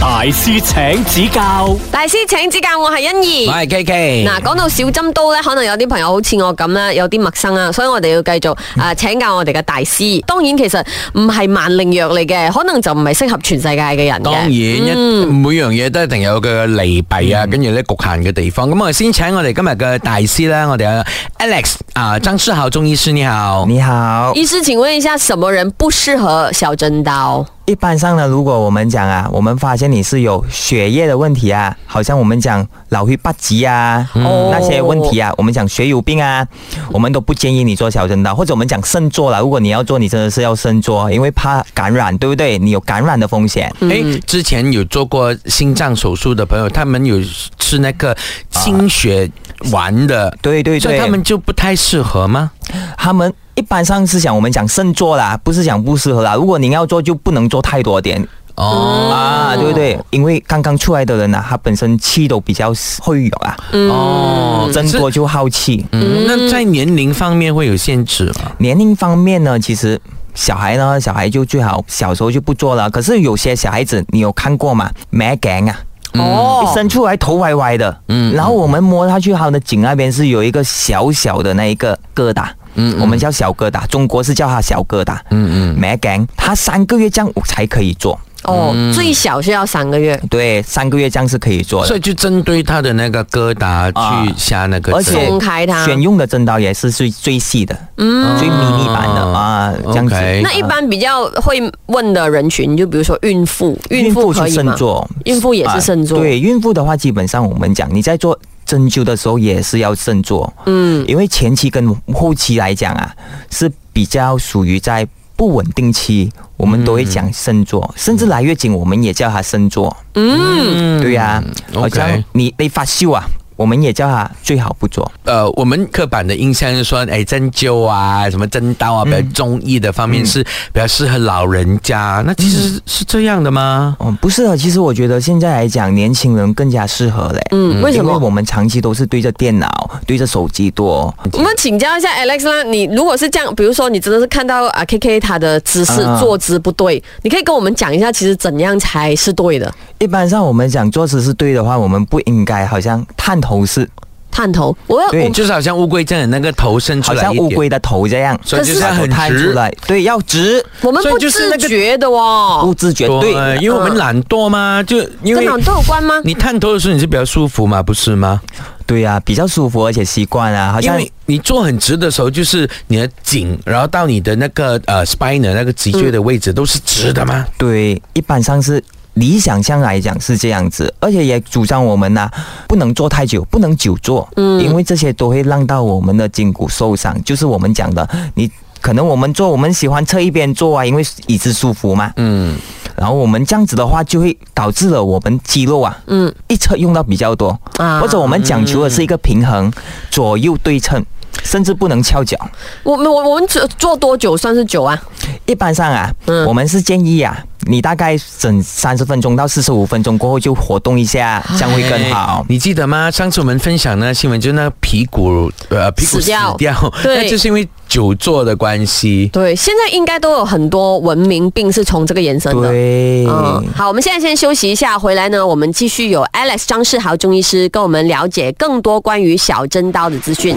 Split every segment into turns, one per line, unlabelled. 大師請指教，
大師請指教，我係欣怡。
我系 K K。
嗱，講到小針刀咧，可能有啲朋友好似我咁咧，有啲陌生啊，所以我哋要繼續啊、請教我哋嘅大師。當然其實唔係萬靈藥嚟嘅，可能就唔係適合全世界嘅人嘅。
當然，一每樣嘢都一定有佢嘅利弊啊，跟住咧局限嘅地方。咁我哋先請我哋今日嘅大師啦，我哋嘅 Alex 啊，張世豪中醫師你好。
你好，
醫師，請問一下，什麼人不適合小針刀？
一般上呢，如果我们讲啊，我们发现你是有血液的问题啊，好像我们讲老血八级啊、
嗯
哦
那些问题啊，我们讲血友病啊，我们都不建议你做小针刀，或者我们讲慎做啦。如果你要做，你真的是要慎做，因为怕感染，对不对？你有感染的风险。
诶、之前有做过心臟手術的朋友，他们有吃那个清血丸的，
对对
所以
对，
他们就不太适合吗？
他们一般上是想我们讲慎做啦，不是讲不适合啦。如果你要做，就不能做太多点。
哦。
啊，对不对？因为刚刚出来的人呢、啊，他本身气都比较虚弱啊，
哦，
增
是
多就耗气。
嗯，那在年龄方面会有限制吗？
年龄方面呢，其实小孩呢，小孩就最好小时候就不做了。可是有些小孩子，你有看过吗？没颈啊，
哦
一伸出来头歪歪的，
嗯
然后我们摸他去他的颈那边是有一个小小的那一个疙瘩，
嗯
我们叫小疙瘩，中国是叫它小疙瘩，
嗯嗯，
没颈，他三个月这样我才可以做，
哦，最小是要三個月。
对，三个月这样是可以做
所
的
以。就针对他的那个疙瘩
啊
去下那个哦针，
而且
松开
啊
它
选用的针刀也是最最细的，嗯，最迷你版的啊，这样子。
OK
那一般比較會問的人群，就比如說孕婦，孕婦可
去
以
慎
嗎？
做，
孕婦也是慎做。
啊对，孕妇的话，基本上我们讲，你在做针灸的时候也是要慎做，
嗯，
因为前期跟后期来讲啊，是比较属于在不稳定期，我们都会讲慎
嗯
做，甚至来月经我们也叫它慎做。
嗯
对呀、好
OK
像你你发秀啊，我们也叫它最好不做。
呃，我们刻板的印象就是说，哎，针灸啊，什么针刀啊，比
嗯
较中医的方面是比较适合老人家。那其实是这样的吗？
嗯，不适合。其实我觉得现在来讲，年轻人更加适合嘞。
嗯，为什
因
么
为？我们长期都是对着电脑、对着手机多。
我们请教一下 Alex 啦，你如果是这样，比如说你真的是看到啊 KK 他的姿势
啊
坐姿不对，你可以跟我们讲一下，其实怎样才是对的？
一般上我们讲坐姿是对的话，我们不应该好像探头式，
探头，我要
对
我
就是好像乌龟真的那个头伸出
好
来一
像
点，
乌龟的头这样，
所以就是
把头
很
探
直
出来，对，要直，
我们
所以
不
就是那
自
个
觉的哦，
不自觉，对，嗯
因为我们懒惰嘛，就因
跟
为
脑都有关吗？
你探头的时候你是比较舒服嘛，不是吗？
对呀、比较舒服，而且习惯啊，好
因
像
为你坐很直的时候，就是你的颈，然后到你的那个呃 spine 的那个脊椎的位置都是直的吗？
对，一般上是。理想上来讲是这样子，而且也主张我们呐、不能坐太久，不能久坐，嗯，因为这些都会让到我们的筋骨受伤，就是我们讲的，你可能我们坐，我们喜欢侧一边坐啊，因为椅子舒服嘛，
嗯，
然后我们这样子的话，就会导致了我们肌肉啊，
嗯，
一侧用到比较多，
啊
或者我们讲求的是一个平衡，左右对称，甚至不能翘脚。
我们我我们坐坐多久算是久啊？
一般上啊，
嗯
我们是建议啊，你大概整三十分钟到四十五分钟过后就活动一下，
哎
这样会更好。
哎你记得吗？上次我们分享那新闻，就是那个屁股呃屁股
死掉对
那就是因为久坐的关系。
对，现在应该都有很多文明病是从这个延伸的。
对，
嗯，好，我们现在先休息一下，回来呢，我们继续有 Alex 张世豪中医师跟我们了解更多关于小针刀的资讯。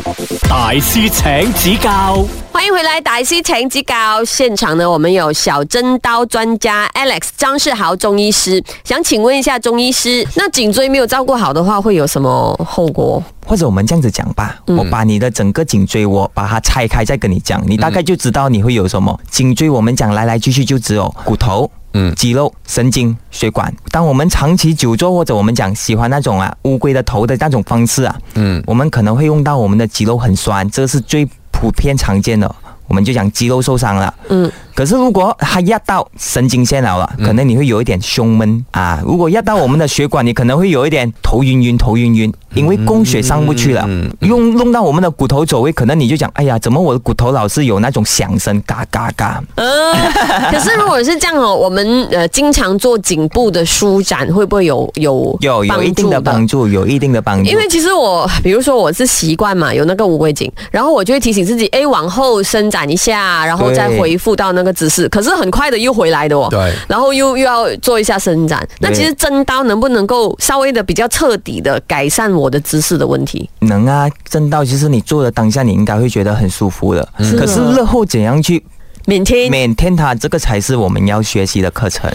大師請指教，
欢迎回来，大师请指教。现场呢，我们有小针刀专家 Alex 张世豪中医师，想请问一下中医师，那颈椎没有照顾好的话，会有什么后果？
或者我们这样子讲吧，
嗯
我把你的整个颈椎我把它拆开再跟你讲，你大概就知道你会有什么。颈椎我们讲来来去去就只有骨头。
嗯
肌肉、神经、血管。当我们长期久坐或者我们讲喜欢那种啊乌龟的头的那种方式啊，
嗯，
我们可能会用到我们的肌肉很酸，这是最普遍常见的。我们就讲肌肉受伤了，
嗯，
可是如果它压到神经线了了，啊可能你会有一点胸闷啊。如果压到我们的血管，你可能会有一点头晕晕、头晕晕，因为供血上不去了，
嗯
用弄到我们的骨头走位，可能你就讲，哎呀，怎么我的骨头老是有那种响声，嘎嘎嘎。
呃， 可是如果是这样哦，我们呃经常做颈部的舒展，会不会有有
有有一定的帮助，有一定的帮助。
因为其实我，比如说我是习惯嘛，有那个乌龟颈，然后我就会提醒自己，哎，往后伸展一下，然后再
对
回复到那个姿势，可是很快的又回来的哦。
对
然后又又要做一下伸展。那其实针刀能不能够稍微的比较彻底的改善我的姿势的问题？
能啊，正到其实你做的当下，你应该会觉得很舒服的。
是
可是日后怎样去
免听。
maintain 它，这个才是我们要学习的课程。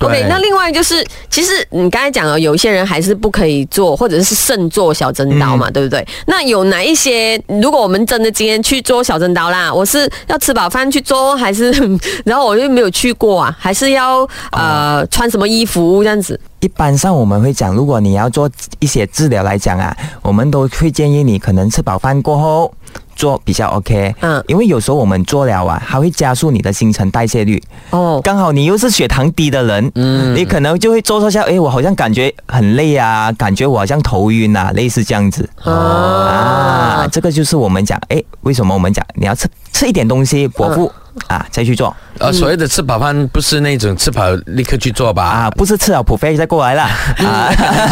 OK，
对
那另外就是，其实你刚才讲了，有一些人还是不可以做，或者是慎做小针刀嘛，对不对？那有哪一些？如果我们真的今天去做小针刀啦，我是要吃饱饭去做，还是 然后我又没有去过啊？还是要呃、穿什么衣服这样子？
一般上我们会讲，如果你要做一些治疗来讲啊，我们都会建议你可能吃饱饭过后做比较 OK。
嗯
因为有时候我们做了啊，还会加速你的新陈代谢率。
哦，
刚好你又是血糖低的人，嗯，你可能就会做做下，诶，我好像感觉很累啊，感觉我好像头晕啊，类似这样子。啊，这个就是我们讲，诶，为什么我们讲你要吃吃一点东西果腹、啊再去做
呃，所谓的吃饱饭不是那种吃饱立刻去做 吧？
啊，不是吃了补肺再过来啦啊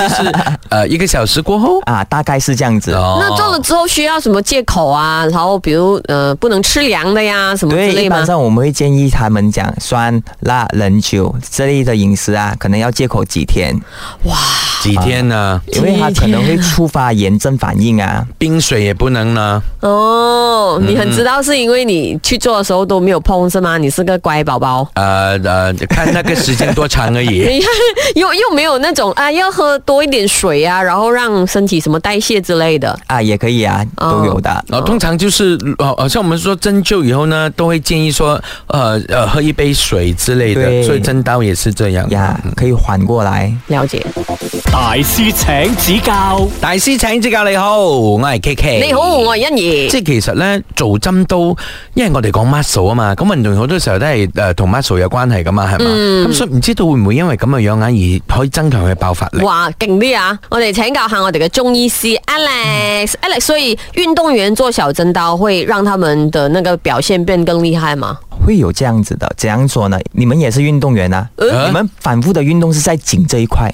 就是呃一个小时过后。
啊，大概是这样子。
哦
那做了之后需要什么借口啊？然后比如呃，不能吃凉的呀，什么之
对，
类
一
吗
般？上我们会建议他们讲酸、辣、冷酒这类的饮食啊，可能要戒口几天，
几天呢？
因为它可能会触发炎症反应啊。
嗯
冰水也不能呢。
哦，你很知道是因为你去做的时候都没有碰是吗？你是个乖宝宝。
呃呃，看那个时间多长而已。
你看，又又没有那种啊，要喝多一点水啊，然后让身体什么代谢之类的。
啊，也可以啊，
哦
都有的。
然后通常就是呃，呃像我们说针灸以后呢，都会建议说，呃呃，喝一杯水之类的，
对
所以针刀也是这样。
呀，可以缓过来。
了解，
大师请指教，
大師請指教你好，我係 K
哎
K。
你好，我係欣怡。
即係其實咧做針刀，因為我哋講 muscle 啊嘛，咁運動好多時候都係誒同 muscle 有關係噶嘛，係嘛？
嗯
咁、所以唔知道會唔會因為咁嘅樣眼而可以增強佢爆發力？
哇，勁啲啊！我哋請教下我哋嘅中醫師 Alex，Alex，、所以運動員做小針刀會讓他們的那個表現變更厲害嗎？
会有这样子的，怎样说呢？你们也是运动员啊，
呃
你们反复的运动是在颈这一块、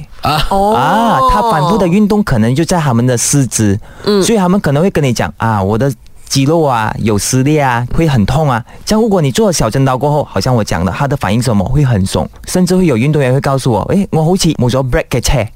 哦
啊，他反复的运动可能就在他们的四肢，所以他们可能会跟你讲啊，我的肌肉啊有撕裂啊，会很痛啊。像如果你做了小针刀过后，好像我讲的，他的反应是什么会很怂，甚至会有运动员会告诉我，诶，我好似冇咗 break 嘅車，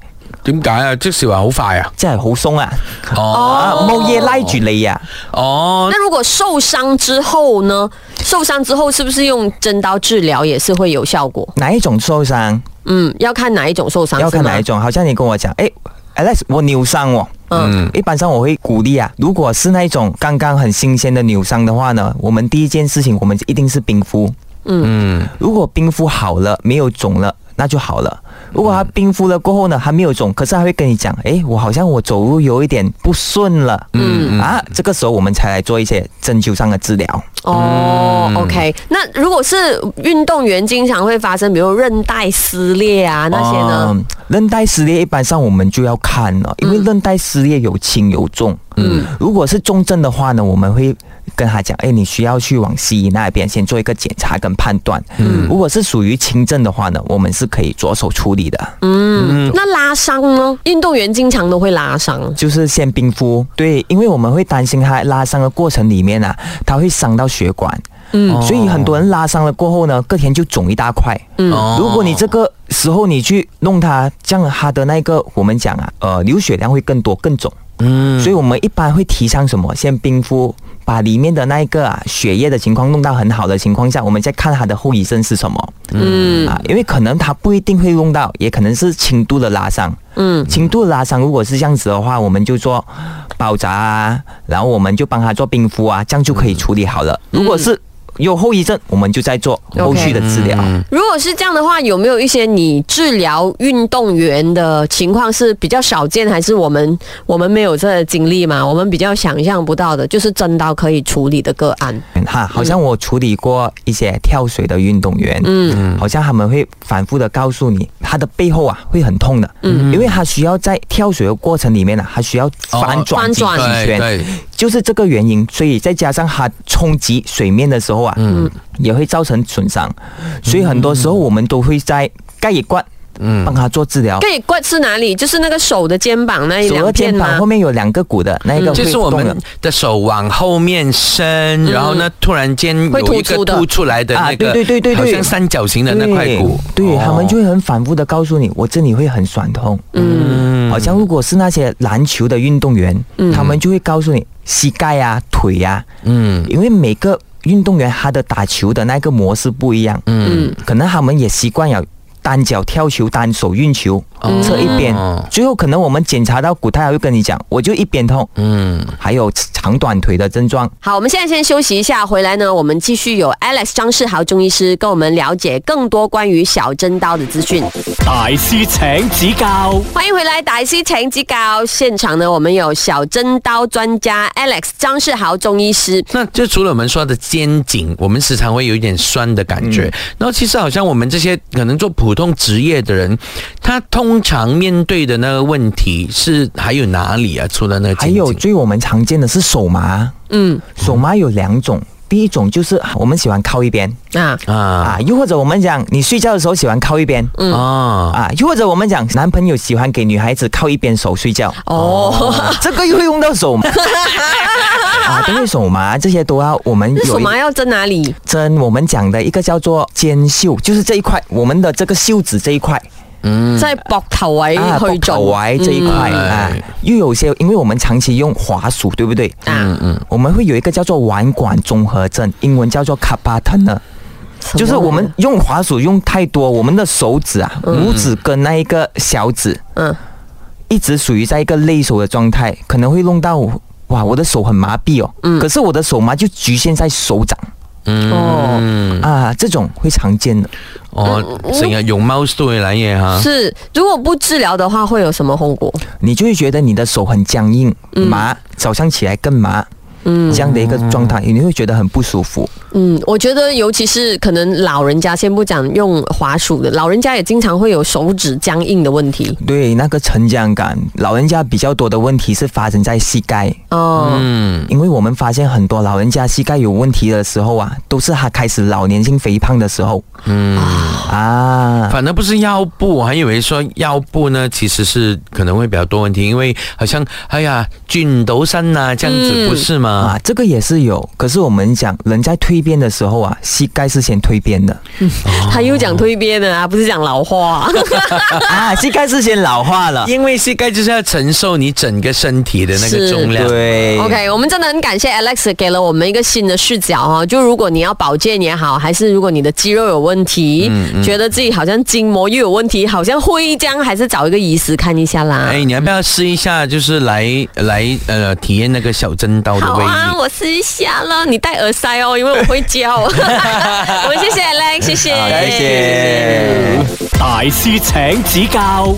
點解啊？即是話好快啊！
真係好鬆啊，
哦
啊冇嘢拉住你啊。
哦，
那如果受伤之后呢？受伤之后是不是用针刀治疗也是会有效果？
哪一种受伤？
嗯，要看哪一种受伤，
要看
是吗
哪一种。好像你跟我讲，哎、a l e x 我扭伤哦。嗯，一般上我会鼓励啊，如果是那一种刚刚很新鲜的扭伤的话呢，我们第一件事情我们一定是冰敷。嗯，如果冰敷好了，没有肿了，那就好了。如果它冰敷了过后呢，还没有肿，可是它会跟你讲，哎，我好像我走路有一点不顺了。嗯啊，这个时候我们才来做一些针灸上的治疗。
哦、o
嗯
k 那如果是运动员经常会发生，比如韧带撕裂啊那些呢？
嗯韧带撕裂一般上我们就要看了，因为韧带撕裂有轻有重。嗯，如果是重症的话呢，我们会跟他讲，哎，你需要去往西医那边先做一个检查跟判断。嗯，如果是属于轻症的话呢，我们是可以着手处理的，嗯
嗯那拉伤呢？运动员经常都会拉伤。
就是先冰敷。对，因为我们会担心他拉伤的过程里面啊，他会伤到血管。嗯，所以很多人拉伤了过后呢，隔天就肿一大块。嗯
哦
如果你这个时候你去弄它，这样它的那个我们讲啊，呃，流血量会更多更肿。嗯，所以我们一般会提倡什么？先冰敷，把里面的那一个啊血液的情况弄到很好的情况下，我们再看它的后遗症是什么。嗯啊，因为可能它不一定会弄到，也可能是轻度的拉伤。嗯，轻度的拉伤如果是这样子的话，我们就做包扎啊，然后我们就帮他做冰敷啊，这样就可以处理好了。如果是有后遗症，我们就再做后续的治疗。
如果是这样的话，有没有一些你治疗运动员的情况是比较少见，还是我们我们没有这个经历嘛？我们比较想象不到的，就是真刀可以处理的个案。
嗯哈，好像我处理过一些跳水的运动员，嗯，好像他们会反复的告诉你，他的背后啊会很痛的，嗯，因为他需要在跳水的过程里面呢、啊，他需要哦反转
翻
几
转
几圈，
对，
就是这个原因，所以再加上它冲击水面的时嗯候啊，也会造成损伤，所以很多时候我们都会在盖一罐。嗯，帮他做治疗。
对，关是哪里？就是那个手的肩膀那一
左
两
个肩
片
膀
吗
后？面有两个骨的那一个会
就是我
动嗯
们
的
的手往后面伸，然后呢，突然间
会
有
突
一个
出的
凸出来的那个，
啊对对对对对
好像三角形的那块骨，
对对、
哦
他们就会很反复的告诉你，我这里会很酸痛。嗯，好像如果是那些篮球的运动员，他们就会告诉你膝盖啊、腿呀、
嗯
因为每个运动员他的打球的那个模式不一样，
嗯，
可能他们也习惯了。单脚跳球，单手运球，
哦
侧一边，最后可能我们检查到骨，他还会跟你讲，我就一边痛，
嗯，
还有长短腿的症状，
好，我们现在先休息一下，回来呢，我们继续有 Alex 张世豪中医师跟我们了解更多关于小针刀的资讯。
大师请指教，
欢迎回来，大师请指教。现场呢，我们有小针刀专家 Alex 张世豪中医师。
那就除了我们说的肩颈，我们时常会有一点酸的感觉。
嗯
然后其实好像我们这些可能做普通职业的人，他通常面对的那个问题是还有哪里啊？除了那个
还
肩颈，
有最我们常见的是手麻，
嗯
手麻有两种，第一种就是我们喜欢靠一边
啊，
啊
啊，又或者我们讲你睡觉的时候喜欢靠一边
嗯
啊
啊，又或者我们讲男朋友喜欢给女孩子靠一边手睡觉，啊
哦，
这个又会用到手 麻啊，因为手麻这些都啊要我们
那手
有一
麻要针哪里？
针，我们讲的一个叫做肩袖，就是这一块我们的这个袖子这一块
在膊头位
啊，
哎去
肘
做
围这一块、
嗯
啊，又有些因为我们长期用滑鼠，对不对？
啊，
嗯我们会有一个叫做腕管综合症，英文叫做 c a p a t e n e 就是我们用滑鼠用太多，我们的手指啊，拇指跟那一个小指
嗯
一直属于在一个累手的状态，可能会弄到我哇，我的手很麻痹哦。可是我的手麻就局限在手掌
哦。
嗯
啊，这种会常见的。
哦，成日用 mouse 都會嚟嘢吓。
嗯哦是，如果不治疗的话，会有什么后果？
你就会觉得你的手很僵硬、麻，早上起来更麻，嗯，这样的一个状态，你会觉得很不舒服。
嗯，我觉得尤其是可能老人家，先不讲用滑鼠的，老人家也经常会有手指僵硬的问题。
对，那个沉降感，老人家比较多的问题是发生在膝盖，
哦，
嗯
因为我们发现很多老人家膝盖有问题的时候啊，都是他开始老年性肥胖的时候
嗯，
啊。
反正不是腰部，我还以为说腰部呢，其实是可能会比较多问题，因为好像哎呀转到身啊这样子，
嗯
不是吗？
啊，这个也是有，可是我们讲人在蜕变的时候啊，膝盖是先蜕变的
他又讲蜕变的啊，不是讲老化、
啊，膝盖是先老化了。
因为膝盖就是要承受你整个身体的那个
是
重量。
对
OK，我们真的很感谢 Alex 给了我们一个新的视角哦。就如果你要保健也好，还是如果你的肌肉有问题，
嗯
觉得自己好像筋膜又有问题，好像会这样，还是找一个医师看一下啦。
哎，你要不要试一下？就是来来呃，体验那个小针刀的
好
威力。
啊，我试一下了。你戴耳塞哦，因为我会 叫。我们谢谢 Alex，谢谢，
好，谢谢。
大师请指教。